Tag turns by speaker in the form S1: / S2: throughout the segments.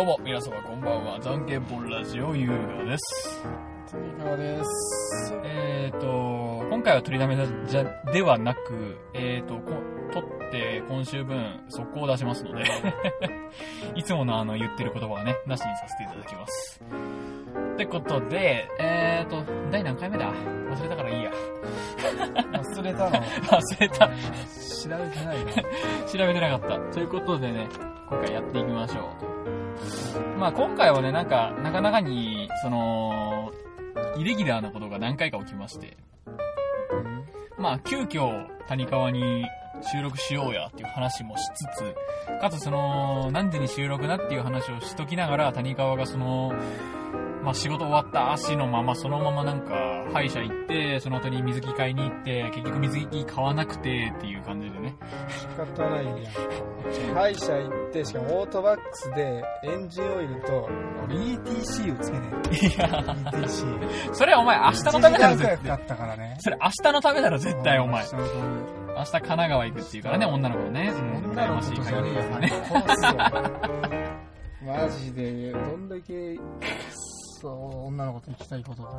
S1: うも皆様こんばんはじゃんけんぽんラジオ優雅です
S2: 鳥川です。
S1: えっ、ー、と今回は取りだめじゃではなくえっ、ー、とこ取って今週分速攻出しますので いつものあの言ってる言葉はねなしにさせていただきますってことでえっ、ー、と第何回目だ忘れたからいいや
S2: 忘れたの
S1: 忘れた
S2: 調べてないな。
S1: 調べてなかった。ということでね、今回やっていきましょう。まあ今回はね、なんか、なかなかに、その、イレギュラーなことが何回か起きまして、まあ急遽谷川に収録しようやっていう話もしつつ、かつその、何時に収録だっていう話をしときながら、谷川がその、まあ仕事終わった足のまま、そのままなんか、歯医者行って、その後に水着買いに行って、結局水着買わなくてっていう感じでね。
S2: 仕方ないや。歯医者行って、しかもオートバックスでエンジンオイルと、俺 ETC をつけねえ。
S1: いや
S2: ETC。
S1: それはお前明日のためだろ、
S2: 1時間くら
S1: 絶
S2: いかか
S1: 対。
S2: ったからね。
S1: それ明日のためだろ、絶対お前。
S2: 人のた
S1: 明
S2: め
S1: 日神奈川行くっていうからね、女の子ね。うん、
S2: 女
S1: 羨
S2: の
S1: ま
S2: 子
S1: しい
S2: とじ
S1: 限
S2: ゃ
S1: り
S2: ね
S1: で
S2: え
S1: す
S2: よ
S1: ね。
S2: 殺すぞ。マジで、どんだけ、そう、女の子と行きたいことが。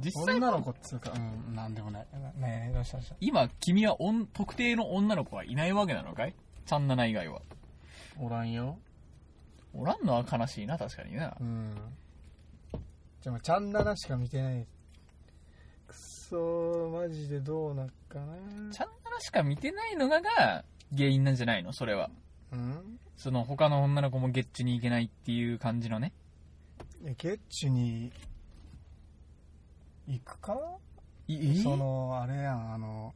S1: 実際、
S2: 女の子っつうか、うん、なんでもない。ねえ、どうしたどうした
S1: 今、君はおん特定の女の子はいないわけなのかいちゃんなな以外は。
S2: おらんよ。
S1: おらんのは悲しいな、確かにな
S2: う。ん。でも、チャンナナしか見てない。くそー、マジでどうなっかな。
S1: ちゃんななしか見てないのがが原因なんじゃないのそれは。
S2: うん
S1: その他の女の子もゲッチに行けないっていう感じのね。
S2: いや、ゲッチュに、行くか
S1: いい
S2: その、あれやん、あの、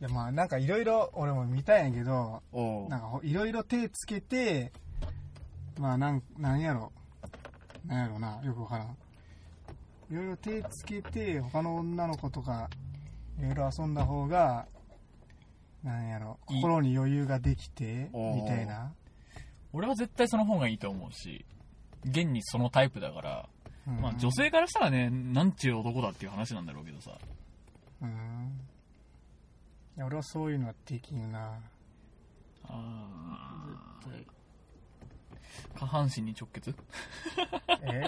S2: いや、まあ、なんかいろいろ、俺も見たんやけど、
S1: おう
S2: なんかほいろいろ手つけて、まあなん、なんやろ。なんやろな、よくわからん。いろいろ手つけて、他の女の子とか、いろいろ遊んだ方が、なんやろ、
S1: い
S2: 心に余裕ができて、
S1: おー
S2: みたいな。
S1: 俺は絶対その方がいいと思うし、現にそのタイプだから、
S2: うん
S1: まあ女。性からしたらね、なんちゅう男だっていう話なんだろうけどさ。
S2: うん。いや、俺はそういうのはできんな。
S1: あー下半身に直結
S2: え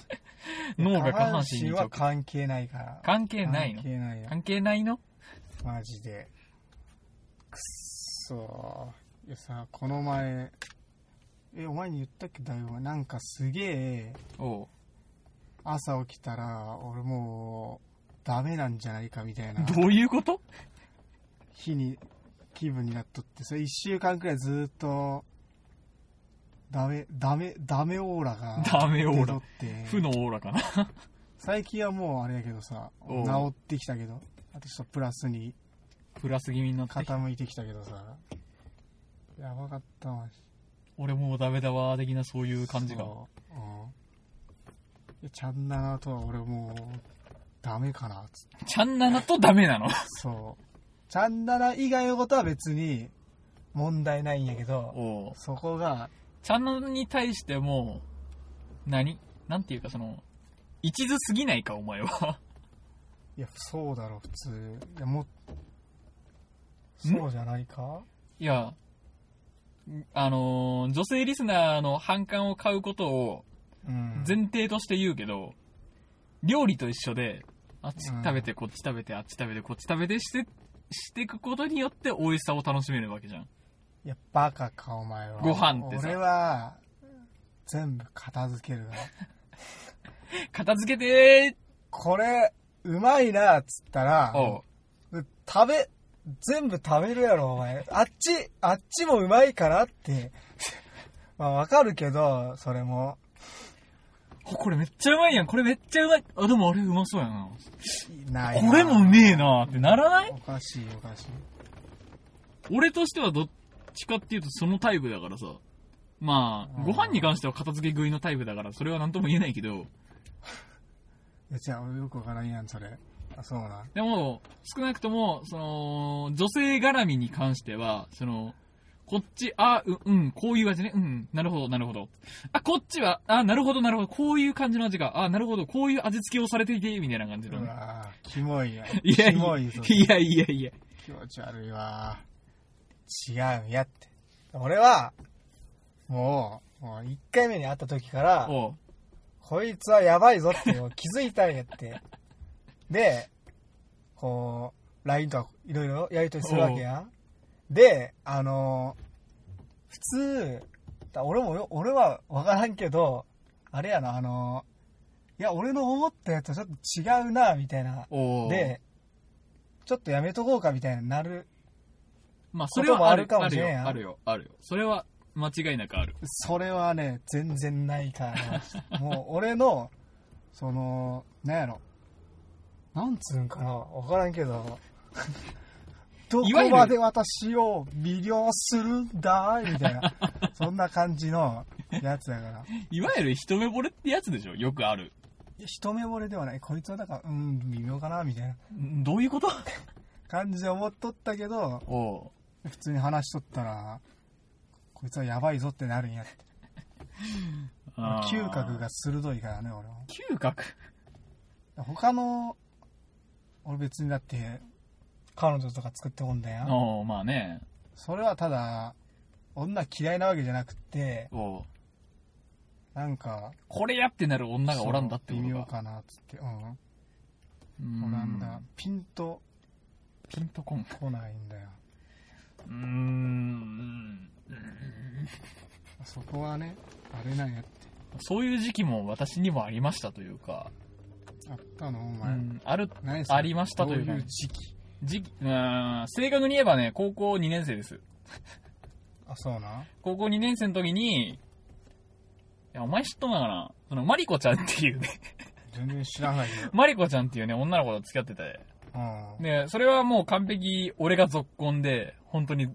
S1: 脳が下半身に直
S2: 下半は
S1: 結。
S2: 関係ないから。
S1: 関係ないの
S2: 関係ないよ。
S1: 関係ないの
S2: マジで。くっそー。いやさ、この前、え、お前に言ったっけだよ。なんかすげえ、
S1: おう
S2: 朝起きたら、俺もう、ダメなんじゃないかみたいな
S1: どういうこと
S2: 日に、気分になっとって、それ一週間くらいずーっと、ダメ、ダメ、ダメオーラが、
S1: ダメオーラ。負
S2: って、
S1: のオーラかな。
S2: 最近はもうあれやけどさ、
S1: おう
S2: 治ってきたけど、あとちょっとプラスに
S1: プラス気味になってきた。
S2: 傾いてきたけどさ、やばかったわ。
S1: 俺もうダメだわー的なそういう感じが。
S2: そううんいやちゃんななとは俺もうダメかなつって
S1: ちゃんななとダメな の
S2: そうちゃんなな以外のことは別に問題ないんやけど
S1: おう
S2: そこが
S1: ちゃんななに対しても、何なんていうかその、一途すぎないか、お前は。
S2: いやそうだろ普通いやもそうじゃないか
S1: いや、あのー女性リスナーの反感を買うことを
S2: うん
S1: 前提として言うけど、料理と一緒で、あっち
S2: うん
S1: 食べて、こっち食べて、あっち食べて、こっち食べてして、していくことによって美味しさを楽しめるわけじゃん。
S2: いやバカかお前は
S1: ご飯ってさ
S2: 俺は全部片付けるわ
S1: 片付けて
S2: これうまいなっつったら
S1: ーおう
S2: 食べ、全部食べるやろ、お前。あっち、あっちもうまいからって。 まあわかるけど、それも。
S1: おこれめっちゃうまいやん、これめっちゃうまい。あ、でもあれうまそうやな。
S2: ないな
S1: これもうめえなーってならない
S2: おかしい、おかしい。
S1: 俺としてはどっちかっていうとそのタイプだからさ。まあ、
S2: うん
S1: ご飯に関しては片付け食いのタイプだから、それは何とも言えないけど、
S2: いや、じゃあ俺よくわからんやん、それ。あ、そうな。
S1: でも、少なくとも、その、女性絡みに関しては、その、こっち、あ、う、うん、こういう味ね。うん、なるほど、なるほど。あ、こっちは、あ、なるほど、なるほど。こういう感じの味が、あ、なるほど、こういう味付けをされていて、みたいな感じの
S2: う
S1: ね。
S2: わぁ、キモいやん。
S1: いや
S2: キ
S1: いや、
S2: モ
S1: い
S2: い、それ
S1: やいやいや。
S2: 気持ち悪いわぁ。違うんやって。俺は、もう、もう1回目に会った時から、
S1: おう
S2: こいつはやばいぞってもう気づいたんやって。で、こう、LINE とかいろいろやりとりするわけや。で、あの、普通、だ俺もよ、俺はわからんけど、あれやな、あの、いや、俺の思ったやつとちょっと違うな、みたいな。
S1: おう
S2: で、ちょっとやめとこうか、みたいになる。
S1: まあ、それはある
S2: こともあるかもしれんやん
S1: あるよ、あるよ。あるよそれは間違いなくある。
S2: それはね、全然ない から。もう、俺の、その、なんやろ。なんつうんかな、わからんけど。ど
S1: いわゆ
S2: こ
S1: る
S2: まで私を魅了するんだいみたいな。そんな感じのやつだから。
S1: いわゆる一目惚れってやつでしょよくある。
S2: いや一目惚れではない。こいつはだから、うん、微妙かな、みたいなん
S1: どういうこと
S2: 感じで思っとったけど、
S1: おう
S2: 普通に話しとったら、こいつはやばいぞってなるんやって。
S1: あー
S2: 嗅覚が。鋭いからね、俺は。
S1: 嗅覚
S2: 他の俺別にだって彼女とか作っておんだよ
S1: おうまあね。
S2: それはただ女嫌いなわけじゃなくて
S1: おう
S2: なんか
S1: これやってなる女がおらんだって
S2: そう
S1: こ
S2: 微
S1: と
S2: 妙
S1: か。
S2: かなっつってう
S1: うんん
S2: オランダピンと
S1: ピンとこん。
S2: 来ないんだよ
S1: うーん。
S2: そこはねあれなんやって
S1: そういう時期も私にもありましたというか、
S2: あったのお
S1: う
S2: 前、
S1: ん、ある、
S2: 何それ
S1: ありましたというか
S2: どういう時期
S1: 時期、うーん、正確に言えばね、高校2年生です。
S2: あそうなん
S1: 高校2年生の時に、いや、お前知っとんのかなその、マリコちゃんっていうね、
S2: 全然知らないよ
S1: マリコちゃんっていうね、女の子と付き合ってて。
S2: うん
S1: で、それはもう完璧、俺が続婚で、本当に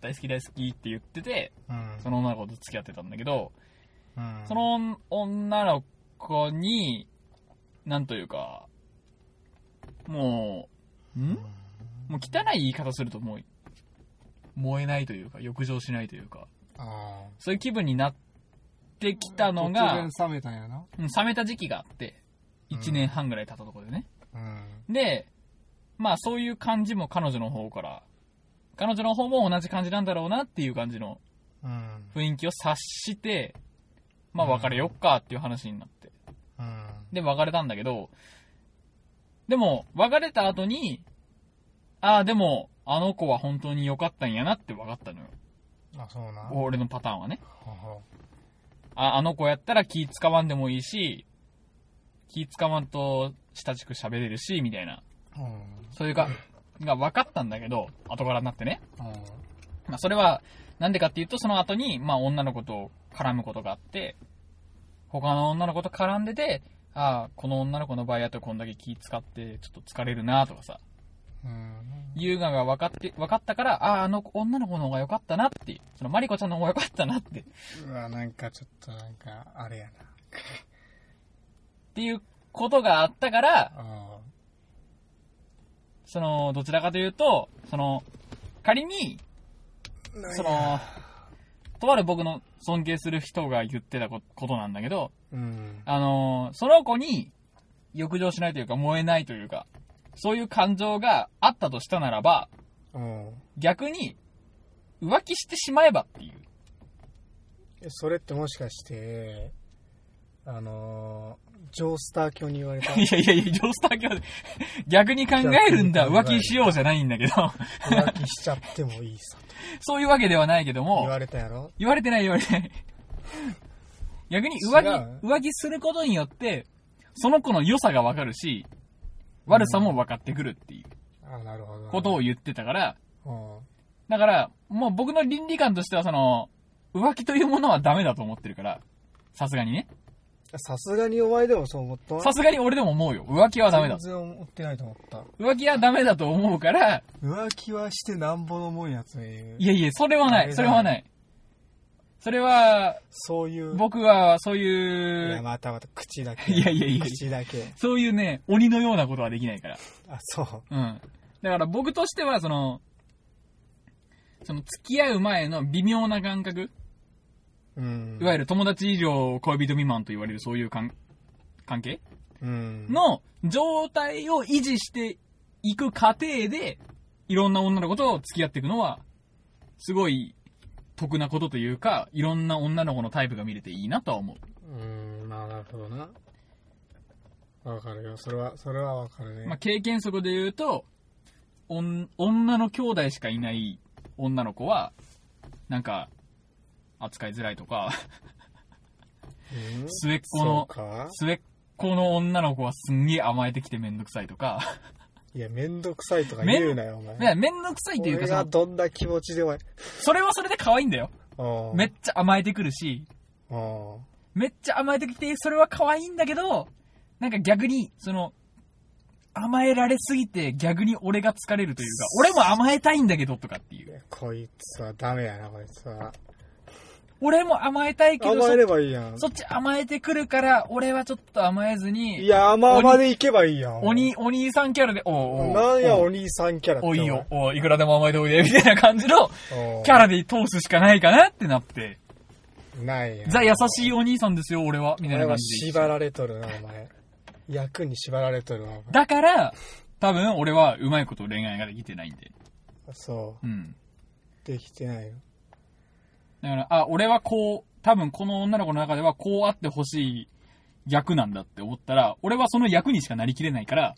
S1: 大好き大好きって言ってて、
S2: うん
S1: その女の子と付き合ってたんだけど、
S2: うん
S1: その女の子に、なんというか、もう、
S2: うん
S1: んもう汚い言い方するともう、燃えないというか、浴場しないというか、
S2: あ
S1: そういう気分になってきた
S2: あ
S1: の
S2: 突
S1: が
S2: 然、冷めたんやな
S1: うん冷めた時期があって、
S2: うん
S1: 1年半ぐらい経ったところでね。
S2: うん
S1: で、まあそういう感じも彼女の方から、彼女の方も同じ感じなんだろうなっていう感じの
S2: うん
S1: 雰囲気を察して、まあ別れよっかっていう話になって。
S2: うん
S1: で、別れたんだけど、でも、別れた後に、ああ、でも、あの子は本当に良かったんやなって分かったのよ。
S2: あそうなんほ
S1: 俺のパターンはね。
S2: ほ
S1: ああの子やったら気使わんでもいいし、気使わんと親しく喋れるし、みたいな。
S2: うん
S1: そういうか、が分かったんだけど、後からになってね。
S2: う
S1: まあ、それは、なんでかっていうと、その後に、まあ、女の子と絡むことがあって、他の女の子と絡んでて、ああ、この女の子の場合だとこんだけ気使って、ちょっと疲れるなとかさ、
S2: ん。
S1: 優雅が分かって、分かったから、ああ、あの女の子の方が良かったなって、そのマリコちゃんの方が良かったなって、っ
S2: うわ、なんかちょっとなんか、あれやな。
S1: ていうことがあったから、
S2: あ
S1: その、どちらかというと、その、仮に、
S2: あ
S1: その、とある僕の尊敬する人が言ってたこことなんだけど、
S2: うん。
S1: あのーその子に欲情しないというか燃えないというか、そういう感情があったとしたならば、
S2: うん。
S1: 逆に浮気してしまえばっていう。
S2: えそれってもしかして、あのー、ジョースター教に言われた
S1: いやいやいや、ジョースター教で、逆に考えるんだ、浮
S2: 逆に考える
S1: 気しようじゃないんだけど、
S2: 浮気しちゃってもいいさと
S1: そういうわけではないけど
S2: 言
S1: も、
S2: われたやろ
S1: 言われてない言われてない。逆に
S2: 違
S1: 浮
S2: う
S1: 気、浮気することによって、その子の良さがわかるし、悪さも分かってくるっていう
S2: あなるほど。
S1: ことを言ってたから、
S2: うん。
S1: だから、もう僕の倫理観としては、その、浮気というものはダメだと思ってるから、さすがにね。
S2: さすがにお前でもそう思った
S1: さすがに俺でも思うよ。浮気はダメだ
S2: 全。然思ってないと思った。
S1: 浮気はダメだと思うから、
S2: 浮気はしてなんぼのもんやついう
S1: い。やいや、それはな
S2: ダメ
S1: い。
S2: だ
S1: それはない。それは、
S2: そういう。
S1: 僕は、そう
S2: い
S1: い
S2: や、
S1: う、
S2: またまた口だけ。
S1: いやいやいや
S2: 口だけ。
S1: そういうね、鬼のようなことはできないから。
S2: あ、そう。
S1: うん。だから僕としては、その、その付き合う前の微妙な感覚、
S2: うん。
S1: いわゆ
S2: る。
S1: る友達以上恋人未満と言われるそういう関関係
S2: うん。
S1: の状態を維持していく過程で、いろんな女の子と付き合っていくのは、すごい得なことというか、いろんな女の子のタイプが見れていいなとは思う。
S2: うーん、まあ、なるほどな。わかるよ。それは、それはわかるね。
S1: まあ、経験則で言うと、おん女の兄弟しかいない女の子は、なんか、扱いづらいと か、
S2: うん
S1: 末っ子
S2: そう
S1: の、
S2: か
S1: 末っ子の女の子はすんげえ甘えてきてめんどくさいとか、
S2: いや、めんどくさいとか言うなよ、お前。
S1: いやめんどくさいというか
S2: 俺
S1: そ
S2: が
S1: の、
S2: どんな気持ちでおい。
S1: それはそれで可愛いんだよ。
S2: うん
S1: めっちゃ甘えてくるし、
S2: うん
S1: めっちゃ甘えてきて、それは可愛いんだけど、なんか逆に、その、甘えられすぎて逆に俺が疲れるというか、俺も甘えたいんだけどとかっていう。
S2: こいつはダメやな、こいつは。
S1: 俺も甘えたいけど、
S2: 甘え
S1: そ
S2: ればいいやん。
S1: そっち甘えてくるから、俺はちょっと甘えず
S2: い
S1: に、
S2: や、甘々でいけばいいやん。
S1: お兄、お兄さんキャラで、おうおう
S2: なんや、
S1: お
S2: お
S1: う
S2: 兄さんキャラって。
S1: おいいよ、おういくらでも甘えておいで、みたいな感じの
S2: おい。
S1: キャラで通すしかないかなってなって、
S2: ないやん。
S1: ザ優しいお兄さんですよ、俺は、みた
S2: お
S1: い
S2: 前
S1: な感
S2: は
S1: じで。
S2: 縛られとるな、お前。役に縛られとるな、お前。
S1: だから、多分俺はうまいこと恋愛ができてないんで。
S2: そ
S1: うん。
S2: う。できてないよ。
S1: だから、あ、俺はこう、多分この女の子の中ではこうあってほしい役なんだって思ったら、俺はその役にしかなりきれないから、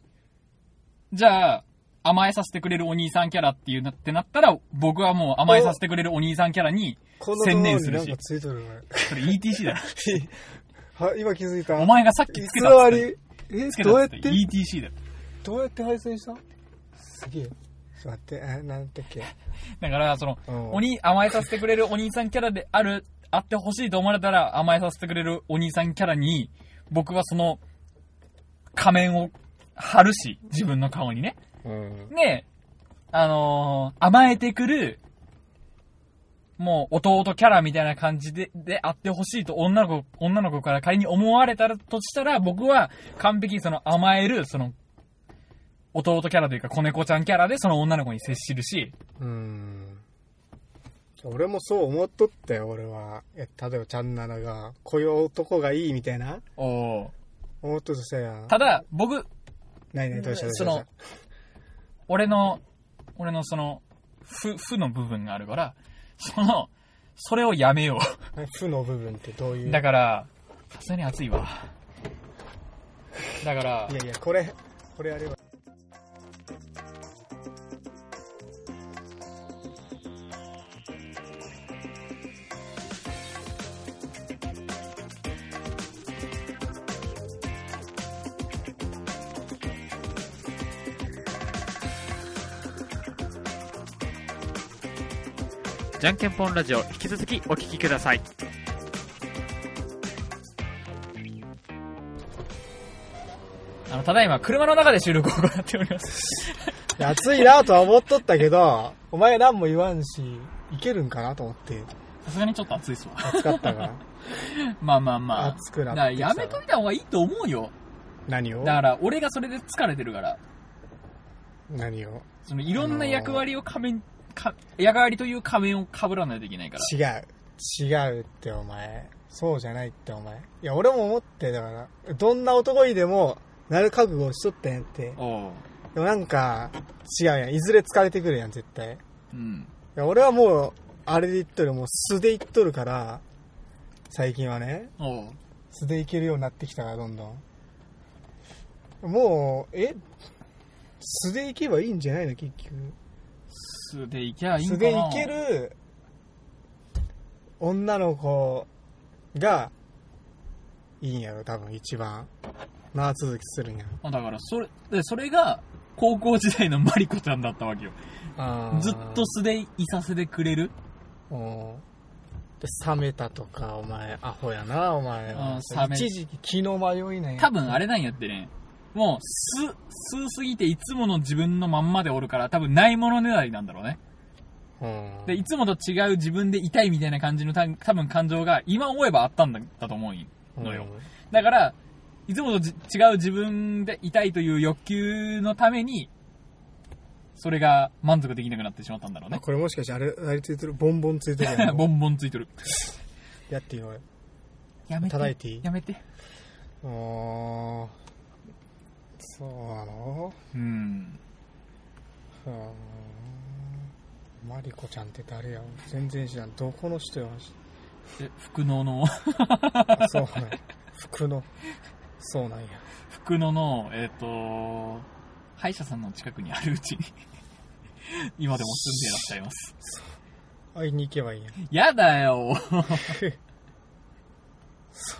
S1: じゃあ、甘えさせてくれるお兄さんキャラっていうなってなったら、僕はもう甘えさせてくれるお兄さんキャラに、
S2: この
S1: 専
S2: 動画
S1: 念
S2: に
S1: する
S2: な
S1: し
S2: んかついとる、
S1: それ ETC だろ。
S2: お前。は、今気づいた。
S1: お前がさっき
S2: 偽
S1: つけたっつっ
S2: り
S1: て。。
S2: え
S1: つけ
S2: どう
S1: た
S2: や
S1: っ
S2: っ
S1: つ
S2: て
S1: って ETC だよ。
S2: どうやって配線したすげえ。ちょっと待って、あ、なんだっけ。
S1: だから、その、
S2: うん
S1: おに甘えさせてくれるお兄さんキャラである、あってほしいと思われたら甘えさせてくれるお兄さんキャラに、僕はその、仮面を貼るし、自分の顔にね。
S2: うん。
S1: で、あのー甘えてくる、もう弟キャラみたいな感じで、であってほしいと女の子、女の子から仮に思われたらとしたら、僕は完璧にその甘える、その、弟キャラというか子猫ちゃんキャラでその女の子に接するし、
S2: うん。俺もそう思っとったよ、俺は。え、例えば、ちゃんならが、こういう男がいいみたいな
S1: おー
S2: 思っとったやん。
S1: ただ、僕、
S2: ないない、どうしたどうし
S1: そ
S2: た
S1: の
S2: どうし
S1: 俺の、俺のその、負、負の部分があるから、その、それをやめよ。
S2: た何負の部分ってどういう
S1: だ
S2: う。
S1: から、さすがに熱いわ。だから
S2: い、やいや、これ、これあれば。
S1: じゃんけんぽんラジオ、引き続きお聞きください。あの、ただいま、車の中で収録を行っております。
S2: 熱いなとは思っとったけど、お前何も言わんし、いけるんかなと思って、
S1: さすがにちょっと熱いっすわ。
S2: 暑かったから。
S1: まあまあまあ。
S2: 熱くな
S1: だ
S2: っ
S1: から
S2: てきた
S1: やめといた方がいいと思うよ。
S2: 何を
S1: だから、俺がそれで疲れてるから。
S2: 何を
S1: そのいろんな役割を仮面、か役割という仮面を被らないといけないから。
S2: 違う。違うってお前。そうじゃないってお前。いや、俺も思って、だから、どんな男にでも、なる覚悟をしとったんやって。
S1: おう。
S2: でもなんか、違うやん。いずれ疲れてくるやん、絶対。い
S1: うん。
S2: や、俺はもう、あれで言っとる、もう素で言っとるから、最近はね、
S1: おう。
S2: 素でいけるようになってきたから、どんどん。もう、え素でいけばいいんじゃないの、結局。
S1: 素でいきゃいいんか
S2: 素
S1: な
S2: でいける女の子がいいんやろ多分一番長続きするんやろ
S1: あだから、それ、で、それが、高校時代のマリコちゃんだったわけよ。ずっと素でいさせてくれる。
S2: うんで冷めたとかお前アホやなお前
S1: う
S2: は
S1: ん冷め
S2: 一時期気の迷いね
S1: 多分あれなんやってね。もう、す、すすぎていつもの自分のまんまでおるから、多分ないものねだりなんだろうね。
S2: うん
S1: で、いつもと違う自分でいたいみたいな感じのた多分感情が、今思えばあったんだだと思うんよのよ。だから、いつもとじ違う自分でいたいという欲求のために、それが満足できなくなってしまったんだろう
S2: あ
S1: ね。
S2: これもしかしてあれあれついてるボンボンついてるやん
S1: ボンボンついてる。
S2: やっていいの
S1: やめて。
S2: 叩いていい
S1: やめて。
S2: うんそうなの
S1: うん。
S2: うんマリコちゃんって誰や全然知らん。どこの人やマジ
S1: え、福野の、
S2: あそうなんや。服の。そうなんや。
S1: 福野の、えっ、と、歯医者さんの近くにあるうちに、今でも住んでいらっしゃいます。
S2: 会いに行けばいいや
S1: や
S2: ん。
S1: だ よ
S2: そ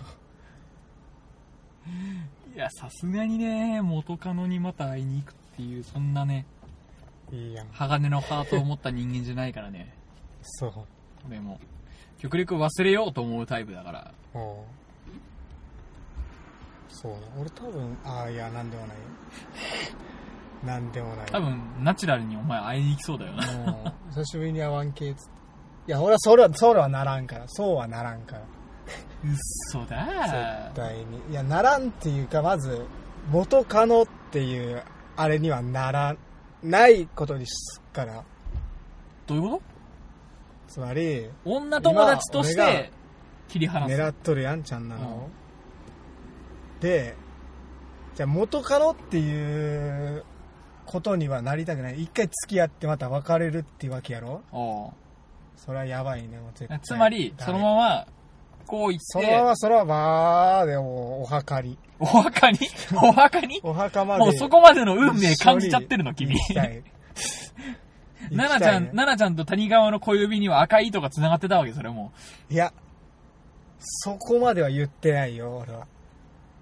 S2: う。
S1: いや、さすがにね、元カノにまた会いに行くっていう、そんなね、
S2: いいやん。
S1: 鋼のハートを持った人間じゃないからね、
S2: そう。
S1: 俺も。極力忘れようと思うタイプだから。
S2: おうそうだ。俺多分、ああ、いや、なんでもないよ。なんでもない。
S1: 多分、ナチュラルにお前会いに行きそうだよな。
S2: もう、久しぶりに会わんけ、つって。いや、俺はそれは、そうはならんから。そうはならん から。
S1: 嘘だ
S2: 絶対に。いや、ならんっていうか、まず、元カノっていう、あれにはなら、ないことにすっから。
S1: どういうこ
S2: つまり、
S1: と女友達とし
S2: 今俺
S1: て、切り離す。
S2: 狙っとるやんちゃんなの、でじゃあ元カノっていうことにはなりたくない一回付き合ってまた別れるっていうわけやろ
S1: お
S2: それはやばいねもう絶
S1: う
S2: 対
S1: つまり、そのま
S2: ま
S1: ま、こう言
S2: そ
S1: っ
S2: のま
S1: て、
S2: まそのままでもうお墓に
S1: お墓にお墓に
S2: お墓まで
S1: もうそこまでの運命感じちゃってるの、君
S2: 行。きたい
S1: 奈々ちゃん、
S2: 行きたいね
S1: 奈々ちゃんと谷川の小指には赤い糸が繋がってたわけ、それも
S2: いやそこまでは言ってないよ俺は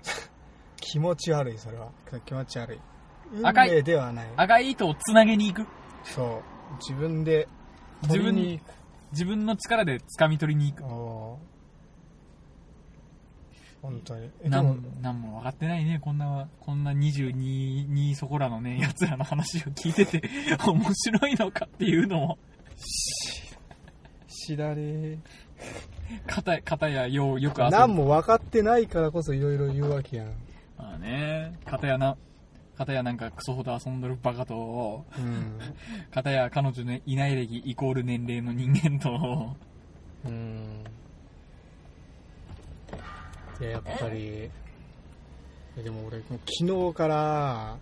S2: 気持ち悪いそれは気持ち悪い運
S1: 赤い。
S2: 命ではないう
S1: 赤い糸を繋げに行く。
S2: そう自分で
S1: 自分
S2: 取りに
S1: 自分の力で掴み取りに行く。
S2: おー本当にえで
S1: な
S2: も
S1: ん、なんも分かってないね、こんな、こんな22、2そこらのね、奴らの話を聞いてて、 面白いのかっていうのも、
S2: 知らね
S1: かた、かたやよう、よく
S2: え
S1: 遊
S2: 何
S1: ぶ。
S2: も分かってないからこそいろいろ言うわけやん、
S1: まあね、かたやな、かたやなんかクソほど遊んどるバカと、
S2: うん
S1: かたや彼女のいない歴イコール年齢の人間と、
S2: うんいややっぱりえでも俺もう昨日から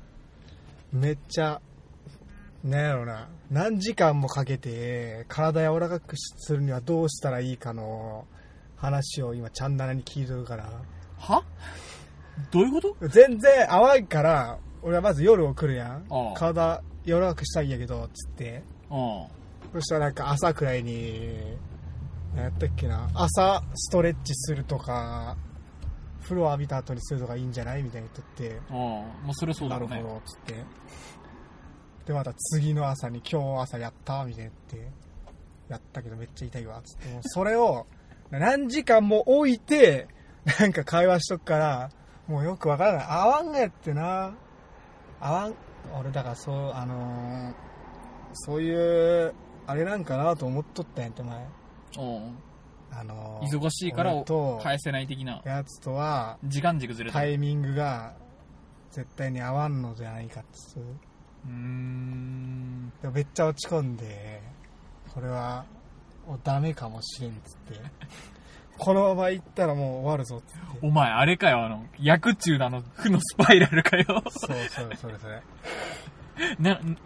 S2: めっちゃなんやろな何時間もかけて体柔らかくするにはどうしたらいいかの話を今ちゃんならに聞いとるから
S1: はどういうこと
S2: 全然合わんから俺はまず夜送るやん
S1: ああ
S2: 体柔らかくしたいんやけどつって
S1: うん。
S2: そしたらなんか朝くらいに何やったっけな朝ストレッチするとか風呂浴びた後にするとかいいんじゃないみたいに言っとって
S1: うん。まあ、それはそうだ
S2: な
S1: ろ
S2: る
S1: うね
S2: ほ。どつってでまた次の朝に今日朝やったみたいに言ってやったけどめっちゃ痛いわつ ってもうそれを何時間も置いてなんか会話しとくからもうよくわからない合わんがやってな合わん俺だからそうあのーそういうあれなんかなと思っとったんやって前
S1: うん。
S2: あのー
S1: 忙しいから
S2: 俺と
S1: 返せない的な。
S2: やつとは
S1: 時間軸ずれて
S2: タ
S1: る。
S2: イミングが絶対に合わんのじゃないかっつう
S1: うーん。
S2: でもめっちゃ落ち込んでこれはもうダメかもしれんっつってこのまま行ったらもう終わるぞっつって
S1: お前、あれかよ、あの、薬中のあの、負のスパイラル かよ。
S2: そうそうそれそれ
S1: な、ん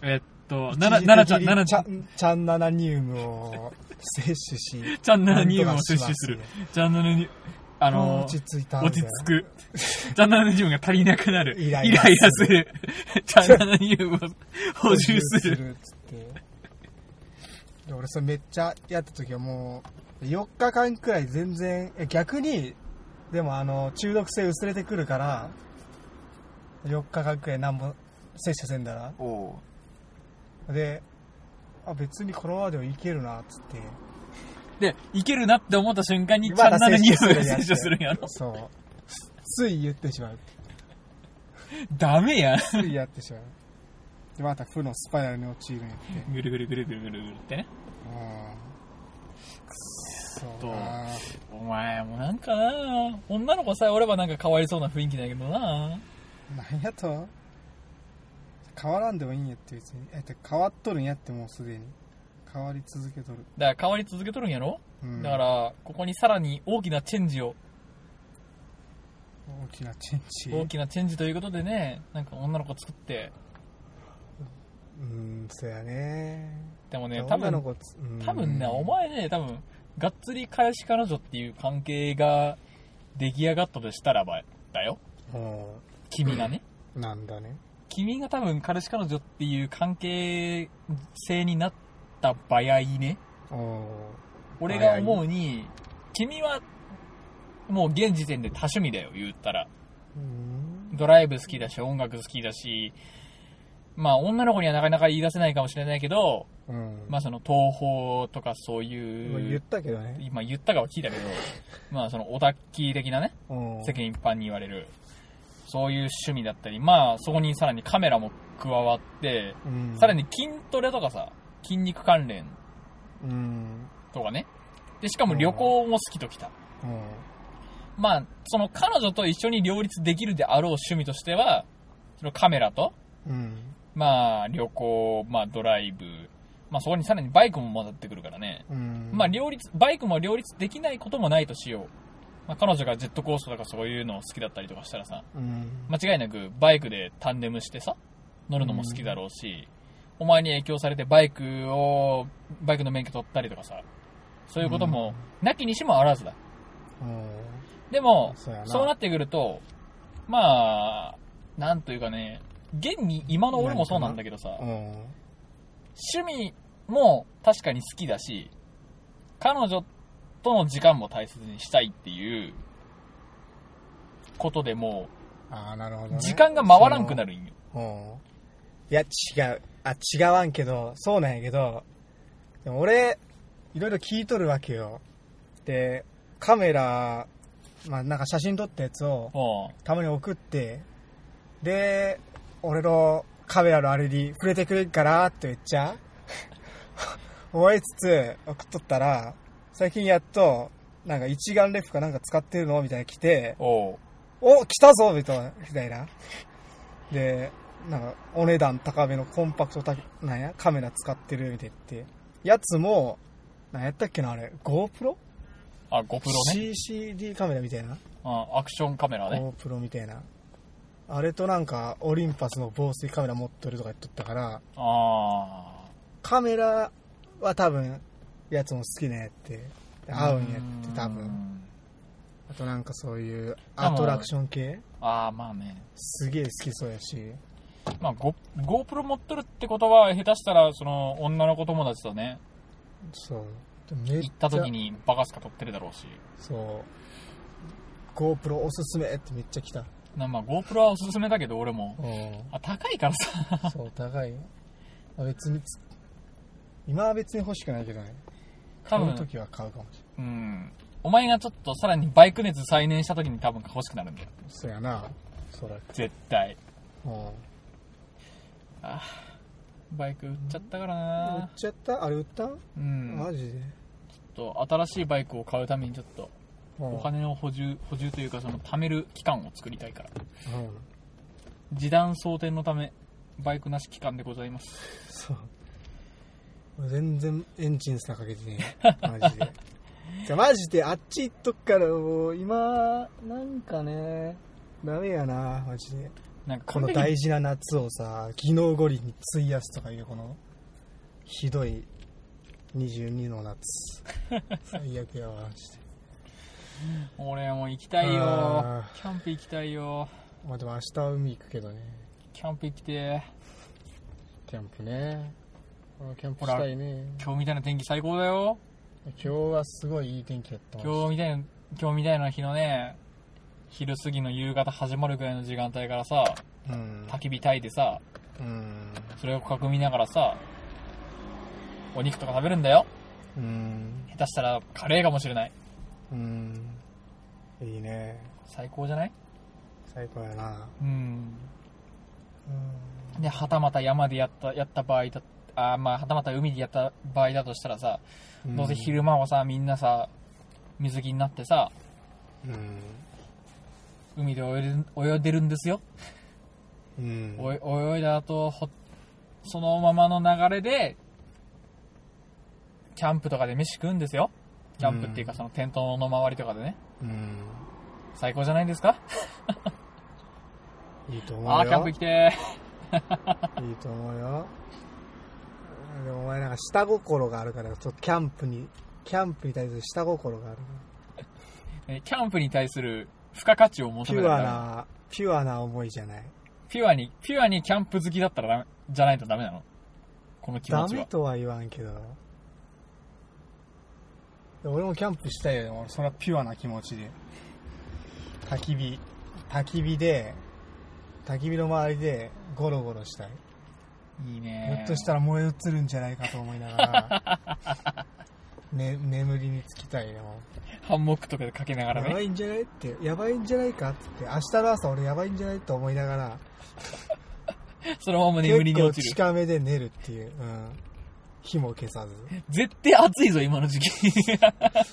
S1: えっと、なな、ななちゃん、ななち
S2: ち
S1: ゃ
S2: ゃ
S1: ん、
S2: んちゃんナナニウムを摂取し
S1: ちゃんななニウムを摂取する。ちゃんななに、あ
S2: あの
S1: の、
S2: 落
S1: 落
S2: ち着いた
S1: ち着く。ちゃんななニウムが足りなくなる。
S2: イ
S1: イ
S2: ラ
S1: ラ
S2: イ
S1: イ
S2: ラ
S1: ラ
S2: する
S1: する。 ちゃんななニウムを補充する。
S2: っつってで俺それめっちゃやった時はもう4日間くらい全然え逆にでもあの中毒性薄れてくるから4日間くらい何も摂取せんだら
S1: おう
S2: であ別にこのままでもいけるなっつって
S1: で、いけるなって思った瞬間に、ち
S2: ま
S1: ゃん
S2: だ
S1: ななニウム
S2: 摂取する
S1: を
S2: んやって
S1: 摂取するんやろ。
S2: そうつい言ってしまう
S1: ダメやん。
S2: ついやってしまうでまた負のスパイラルに陥るんやって
S1: ぐるぐるぐるぐるぐるぐるってね。
S2: うんくっそ
S1: どう
S2: な
S1: お前もなんかな女の子さえおればなんか可愛そうな雰囲気だけどな
S2: なんやと変わらんでもいいんやって別にえって変わっとるんやってもうすでに変わり続けとる、
S1: だから変わり続けとるんやろ、
S2: うん、
S1: だから、ここにさらに大きなチェンジを、
S2: 大きなチェンジ
S1: 大きなチェンジということでね、なんか女の子作って、
S2: うんそやね
S1: でもね、多
S2: 女の
S1: 分、
S2: 子つうん
S1: 多分ね、お前ね、多分、がっつり彼氏彼女っていう関係が出来上がったとしたらば、だよ。
S2: お
S1: 君がね。
S2: うなんだね
S1: 君が多分彼氏彼女っていう関係性になった場合ね、
S2: おう
S1: 俺が思うに、君は、もう現時点で多趣味だよ、言ったら。
S2: うん
S1: ドライブ好きだし、音楽好きだし、まあ女の子にはなかなか言い出せないかもしれないけど、
S2: うん
S1: まあその東宝とかそう
S2: まあ言
S1: い
S2: っ
S1: う、
S2: たけどね
S1: 今言ったかは聞いたけど、 まあそのオタッキー的なね、
S2: うん
S1: 世間一般に言われる、そういう趣味だったり、まあそこにさらにカメラも加わって、
S2: うん
S1: さらに筋トレとかさ、筋肉関連
S2: うん
S1: とかね。で、しかも旅行も好きときた。
S2: うん
S1: まあ、その彼女と一緒に両立できるであろう趣味としては、そのカメラと、
S2: うん
S1: まあ旅行、まあドライブ、まあそこにさらにバイクも混ざってくるからね。
S2: うん
S1: まあ両立、バイクも両立できないこともないとしよう。まあ彼女がジェットコーストとかそういうの好きだったりとかしたらさ、
S2: うん
S1: 間違いなくバイクでタンデムしてさ、乗るのも好きだろうし、お前に影響されてバイクを、バイクの免許取ったりとかさ、そういうことも、なきにしもあらずだ。
S2: うん
S1: でも、
S2: そうやな
S1: そうなってくると、まあ、なんというかね、現に今の俺もそうなんだけどさ、
S2: うん
S1: 趣味も確かに好きだし、彼女との時間も大切にしたいっていう、ことでも
S2: ああなるほど
S1: う、
S2: ね
S1: 時間が回らんくなるんよ。
S2: うん。いや、違う。あ、違わんけど、そうなんやけど、でも俺、いろいろ聞いとるわけよ。で、カメラ、まあなんか写真撮ったやつを
S1: うん
S2: たまに送って、で、俺のカメラのあれに触れてくれんからって言っち ゃ思いつつ送っとったら、最近やっと、なんか一眼レフかなんか使ってるのみたいな来て、
S1: おう
S2: お来たぞみたいな。みたいなで、なんか、お値段高めのコンパクトた、なんや、カメラ使ってるみたいって。やつも、なんやったっけな、あれ、GoPro?、
S1: あ、GoPro ね。
S2: CCD カメラみたいな、
S1: うんアクションカメラね。
S2: ?GoPro みたいな。あれとなんか、オリンパスの防水カメラ持っとるとか言っとったから、
S1: あ
S2: カメラは多分、やつも好きなやって、
S1: あ。
S2: 合うんやって多
S1: う
S2: 分。
S1: ん。
S2: あとなんかそういう、アトラクション系
S1: ああ、まあね。
S2: すげえ好きそうやし。
S1: まあ、ゴ GoPro 持っとるってことは、下手したら、その、女の子友達とね、
S2: そう。めっち
S1: 行
S2: ゃ
S1: った時にバカスカ撮ってるだろうし。
S2: そう。GoPro おすすめってめっちゃ来た。
S1: なまあ、GoPro はおすすめだけど、俺も。
S2: う
S1: あ、高いからさ。
S2: ん。そう、高い。 あ別につ、今は別に欲しくないけどね。
S1: 多
S2: 買う
S1: 分、
S2: 時は買うかもしれな
S1: う
S2: い。
S1: ん。お前がちょっとさらにバイク熱再燃した時に多分欲しくなるんだよ。
S2: そやな。そら。
S1: 絶対。
S2: うん。
S1: ああバイク売っちゃったから
S2: 売っ
S1: な
S2: ちゃったあれ売った、
S1: うん。
S2: マジ
S1: ち
S2: で。
S1: ょっと、新しいバイクを買うためにちょっと、
S2: うん
S1: お。金を補充、補充というか、その、貯める期間を作りたいから。
S2: うん。
S1: 時短争点のため、バイクなし期間でございます。
S2: そう。俺全然エンジンすらかけてねえ。 マジで。じゃあマジであっち行っとくから、もう今、なんかね、ダメやな、マジで。
S1: なんか
S2: この
S1: 完璧に
S2: 大事な夏をさ技能五輪に費やすとかいうこのひどい22の夏最悪やわして
S1: 俺も行きたいよ
S2: あ。
S1: キャンプ行きたいよ。
S2: まあでも明日は海行くけどね
S1: キャンプ行きてえ。
S2: キャンプね俺キャンプしたいね
S1: 今日みたいな天気最高だよ。
S2: 今日はすごいいい天気やった
S1: 今日みたいな、今日みたいな日のね、昼過ぎの夕方始まるぐらいの時間帯からさ、
S2: 日うん
S1: 焚き火焚いてさ、
S2: うん
S1: それを囲みながらさ、お肉とか食べるんだよ。
S2: うん
S1: 下手したらカレーかもしれない。
S2: うんいいね
S1: 最高じゃない
S2: 最高やな
S1: うん。
S2: うん
S1: で、はたまた山でやった、やった場合だ、あーまあ、はたまた海でやった場合だとしたらさ、どうせ昼間はさ、みんなさ、水着になってさ、
S2: うん
S1: 海で泳いでる泳いでるんですよ。
S2: うん
S1: おい泳いだ後ほそのままの流れでキャンプとかで飯食うんですよキャンプっていうか
S2: うん
S1: そのテントの周りとかでね
S2: うん
S1: 最高じゃないですか
S2: いいと思うよ
S1: ああーキャンプ行きて
S2: いいと思うよ。でもお前なんか下心があるから、ちょっとキャンプに、キャンプに対する下心があるから。
S1: えキャンプに対する付加価値を求
S2: ピ
S1: め
S2: ュ
S1: る
S2: アな、ピュアな思いじゃない。
S1: ピュアに、ピュアにキャンプ好きだったらダメ、じゃないとダメなのこの気持
S2: ダ
S1: ち
S2: メ
S1: は。
S2: とは言わんけど。俺もキャンプしたいよ。俺、それはピュアな気持ちで。焚き火。焚き火で、焚き火の周りでゴロゴロしたい。
S1: いい
S2: ひょ
S1: ね。
S2: っとしたら燃え移るんじゃないかと思いながら、 ね、眠りにつきたいよ。
S1: ハンモックとかでかけなが
S2: や
S1: ら
S2: ば
S1: ね。
S2: いんじゃないって、やばいんじゃないかって言って、明日の朝俺やばいんじゃないと思いながら、
S1: そのまま眠りに
S2: 結構
S1: 落ちる。
S2: 近めで寝るっていう、うん。火も消さず。
S1: 絶対暑いぞ、今の時期。
S2: 確か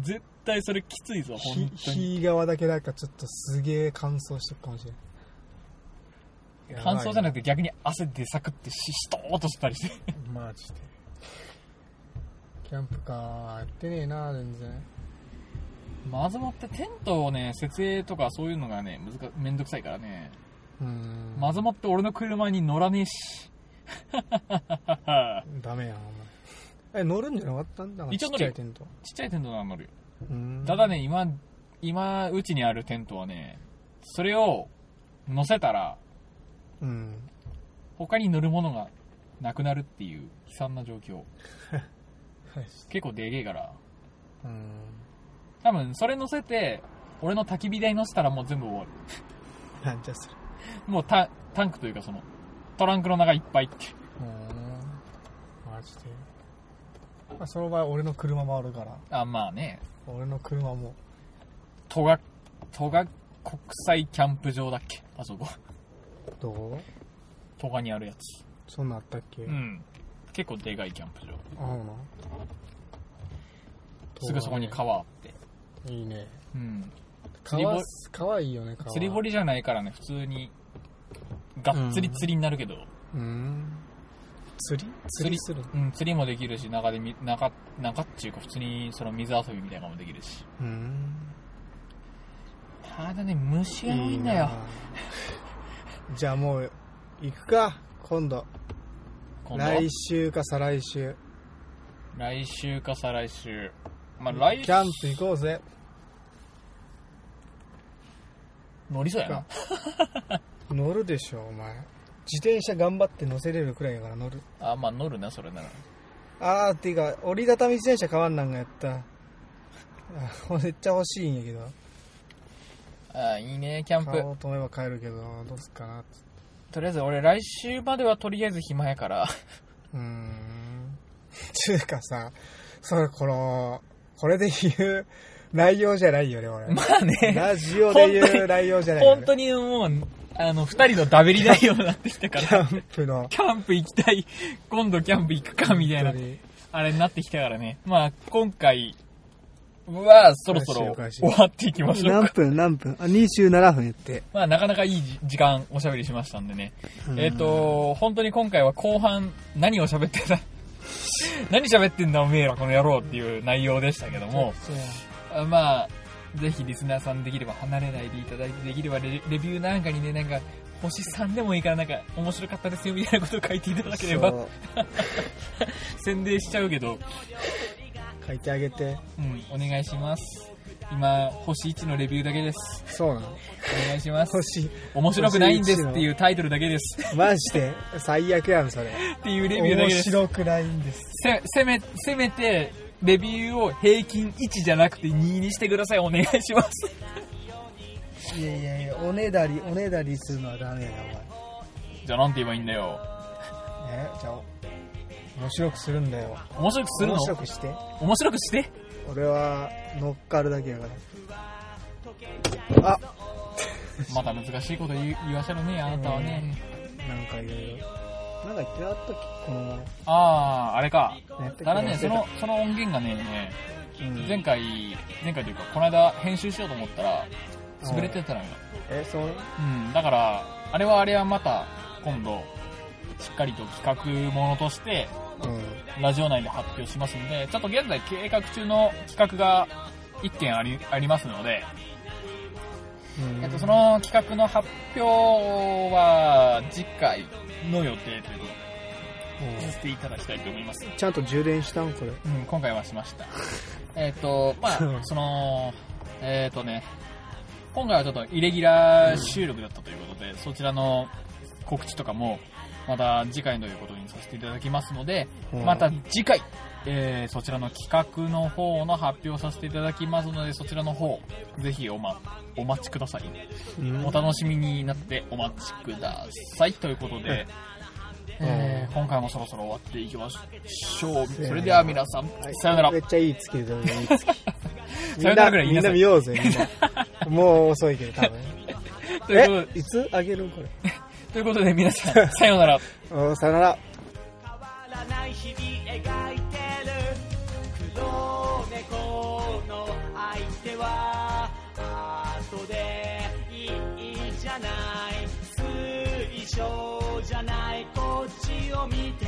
S1: 絶対それきついぞ、
S2: に
S1: 本。当に。
S2: 火、火側だけなんかちょっとすげえ乾燥してるかもしれない。
S1: 乾燥じゃなくて
S2: て。
S1: 逆に汗でサクってししとーっとしたりして。
S2: マジで。キャンプかやってねえな全然。
S1: まずもってテントをね、設営とかそういうのがね、むずか、めんどくさいからね。
S2: うん。
S1: まずもって俺の車に乗らねえし。
S2: ダメやん、お前。え、乗るんじゃなかったんだから。
S1: 一応乗
S2: ちっち
S1: る
S2: ゃ
S1: よ
S2: いテント。
S1: ちっちゃいテントなら乗るよ。
S2: うん
S1: ただ。ね、今、今、うちにあるテントはね、それを乗せたら、
S2: うん。
S1: 他に乗るものがなくなるっていう悲惨な状況。
S2: はい。
S1: 結構でげえから。
S2: うん。
S1: 多分、それ乗せて、俺の焚き火台乗せたらもう全部終わる。
S2: なんじゃそれ。
S1: もうタタンクというかその、トランクの中いっぱいって。
S2: うん。マジで。まあ、その場合俺の車もあるから。
S1: あ、まあね、
S2: 俺の車も。
S1: トガ、トガ国際キャンプ場だっけあそこ。
S2: どう
S1: トガにあるやつ。
S2: そんなんあったっけ
S1: う。ん。結構でかいキャンプ場。
S2: あほな。
S1: すぐそこに川あって。
S2: いいね。
S1: うん。釣り堀
S2: 川、川いいよね、川。
S1: 釣り堀じゃないからね、普通に、がっつり釣りになるけど、
S2: うん。釣り釣りするの
S1: うん、釣りもできるし、中でみ、中、中っていうか普通にその水遊びみたいなのもできるし。
S2: うん。
S1: ただね、虫が多いんだよ。
S2: な。 じゃあもう、行くか、今度。
S1: 今度
S2: 来週か再来週。
S1: 来週か再来週。まあ、来
S2: キャンプ行こうぜ。
S1: 乗りそうやな。
S2: 乗るでしょ、お前。自転車頑張って乗せれるくらいやから乗る。
S1: あ、まあ乗るな、それなら。
S2: あーっていうか、折りたたみ自転車変わんなんがやった。あめっちゃ欲しいんやけど。
S1: あいいね、キャン
S2: 買
S1: プ。
S2: おうと思えば買えるけど、どうすっかなって。
S1: とりあえず俺来週まではとりあえず暇や から。
S2: うーん。つうかさ、それ、この、これで言う内容じゃないよね、俺。
S1: まあね、
S2: ラジオで言う内容じゃないよ
S1: 本
S2: ね。
S1: 当にもう、あの、二人のダベり内容になってきたか
S2: キ
S1: ら。
S2: ャンプの。
S1: キャンプ行きたい、今度キャンプ行くか、みたいな
S2: 本当、に
S1: あれになってきたからね。まあ、今回は、そろそろ
S2: おかしい
S1: 終
S2: おかしい
S1: わっていきましょう
S2: 何
S1: か。
S2: 分何分あ、27分やって。
S1: まあ、なかなかいいじ時間おしゃべりしましたんでね。えっ、と、本当に今回は後半、何を喋ってた 何喋ってんだおめえらこの野郎っていう内容でしたけど
S2: うん、も
S1: も、あまあ、ぜひリスナーさんできれば離れないでいただいて、できればレレビューなんかにね、なんか、星3でもいいからなんか面白かったですよみたいなことを書いていただければ
S2: そう
S1: 宣伝しちゃうけど、
S2: 書いてあげて。
S1: うん、お願いします。今、星1のレビューだけです。
S2: そうなの
S1: お願いし ます。
S2: 星、
S1: 面白くないんですっていうタイトルだけです。
S2: マジで、最悪やん、それ。
S1: っていうレビューだ
S2: 面
S1: けです。
S2: 白くないんです。
S1: せ、せめ、せめて、レビューを平均1じゃなくて2にしてください。お願いします。
S2: いやいやいや、おねだり、おねだりするのはダメやな、お前。
S1: じゃあなんて言えばいいんだよ。
S2: えじゃあ面白くするんだよ
S1: 面白くするの
S2: 面
S1: 面
S2: 白
S1: 白
S2: くして
S1: くして。
S2: 俺は乗っかるだけやからあ
S1: また難しいこと言う言わせるね、あなたはね。
S2: なんかいろいろなんか言ってなかったっけこの前
S1: あー、あれか。
S2: やったっけ
S1: だからね、その、その音源がね、前回、前回というか、この間編集しようと思ったら、潰れてたのよ。
S2: えそう
S1: うん、だから、あれはあれはまた、今度、しっかりと企画ものとして、
S2: うん
S1: ラジオ内で発表しますんで、ちょっと現在計画中の企画が1件あり、ありますので、
S2: うん
S1: えっと、その企画の発表は、次回の予定ということで、
S2: お
S1: さ
S2: う
S1: せていただきたいと思います。
S2: ちゃんと充電したんこれ。
S1: うん、今回はしました。えっと、まあ、その、えっ、とね、今回はちょっとイレギュラー収録だったということで、そちらの告知とかも、また次回ということにさせていただきますので、
S2: うん
S1: また次回、えーそちらの企画の方の発表をさせていただきますので、そちらの方、ぜひお,、ま、お待ちください。
S2: うん
S1: お楽しみになってお待ちください。ということで、えー今回もそろそろ終わっていきましょう。それでは皆さん、さよなら
S2: め。っちゃいい月だね。いい月
S1: さよならぐらい言い
S2: みん
S1: な
S2: な
S1: さい
S2: 見ようぜ、み んな。もう遅いけど、多分。
S1: ということ
S2: え
S1: で、
S2: いつあげるんこれ。
S1: ということで皆さん、さようなら。
S2: うんさよなら。
S3: 変わらない日々描いてる黒猫の相手は後でいいじゃない水晶じゃないこっちを見て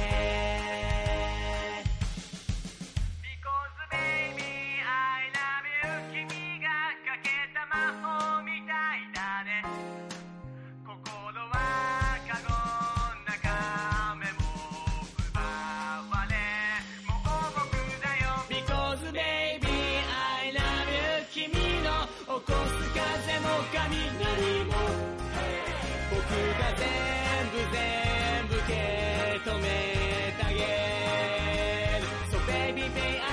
S3: Because baby I love you 君がかけた魔法みたいだね心はカゴの中目も奪われもう僕だよ Because baby I love you 君の起こす風も雷も僕が全部全部受け止めてあげる So baby baby I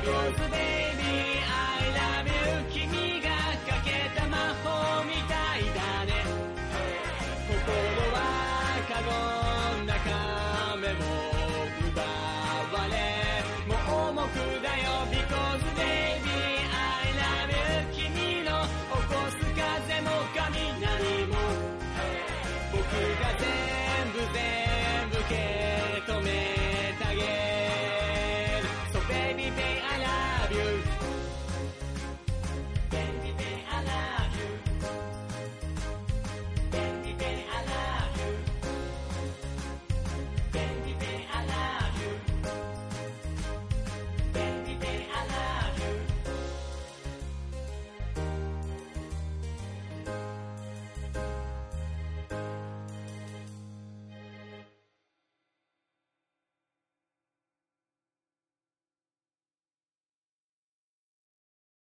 S3: love you Because baby I love you 君がかけた魔法みたいだね心はカゴの中目も奪われもう重くだよ Because baby I love you 君の起こす風も雷も僕が全部全部受け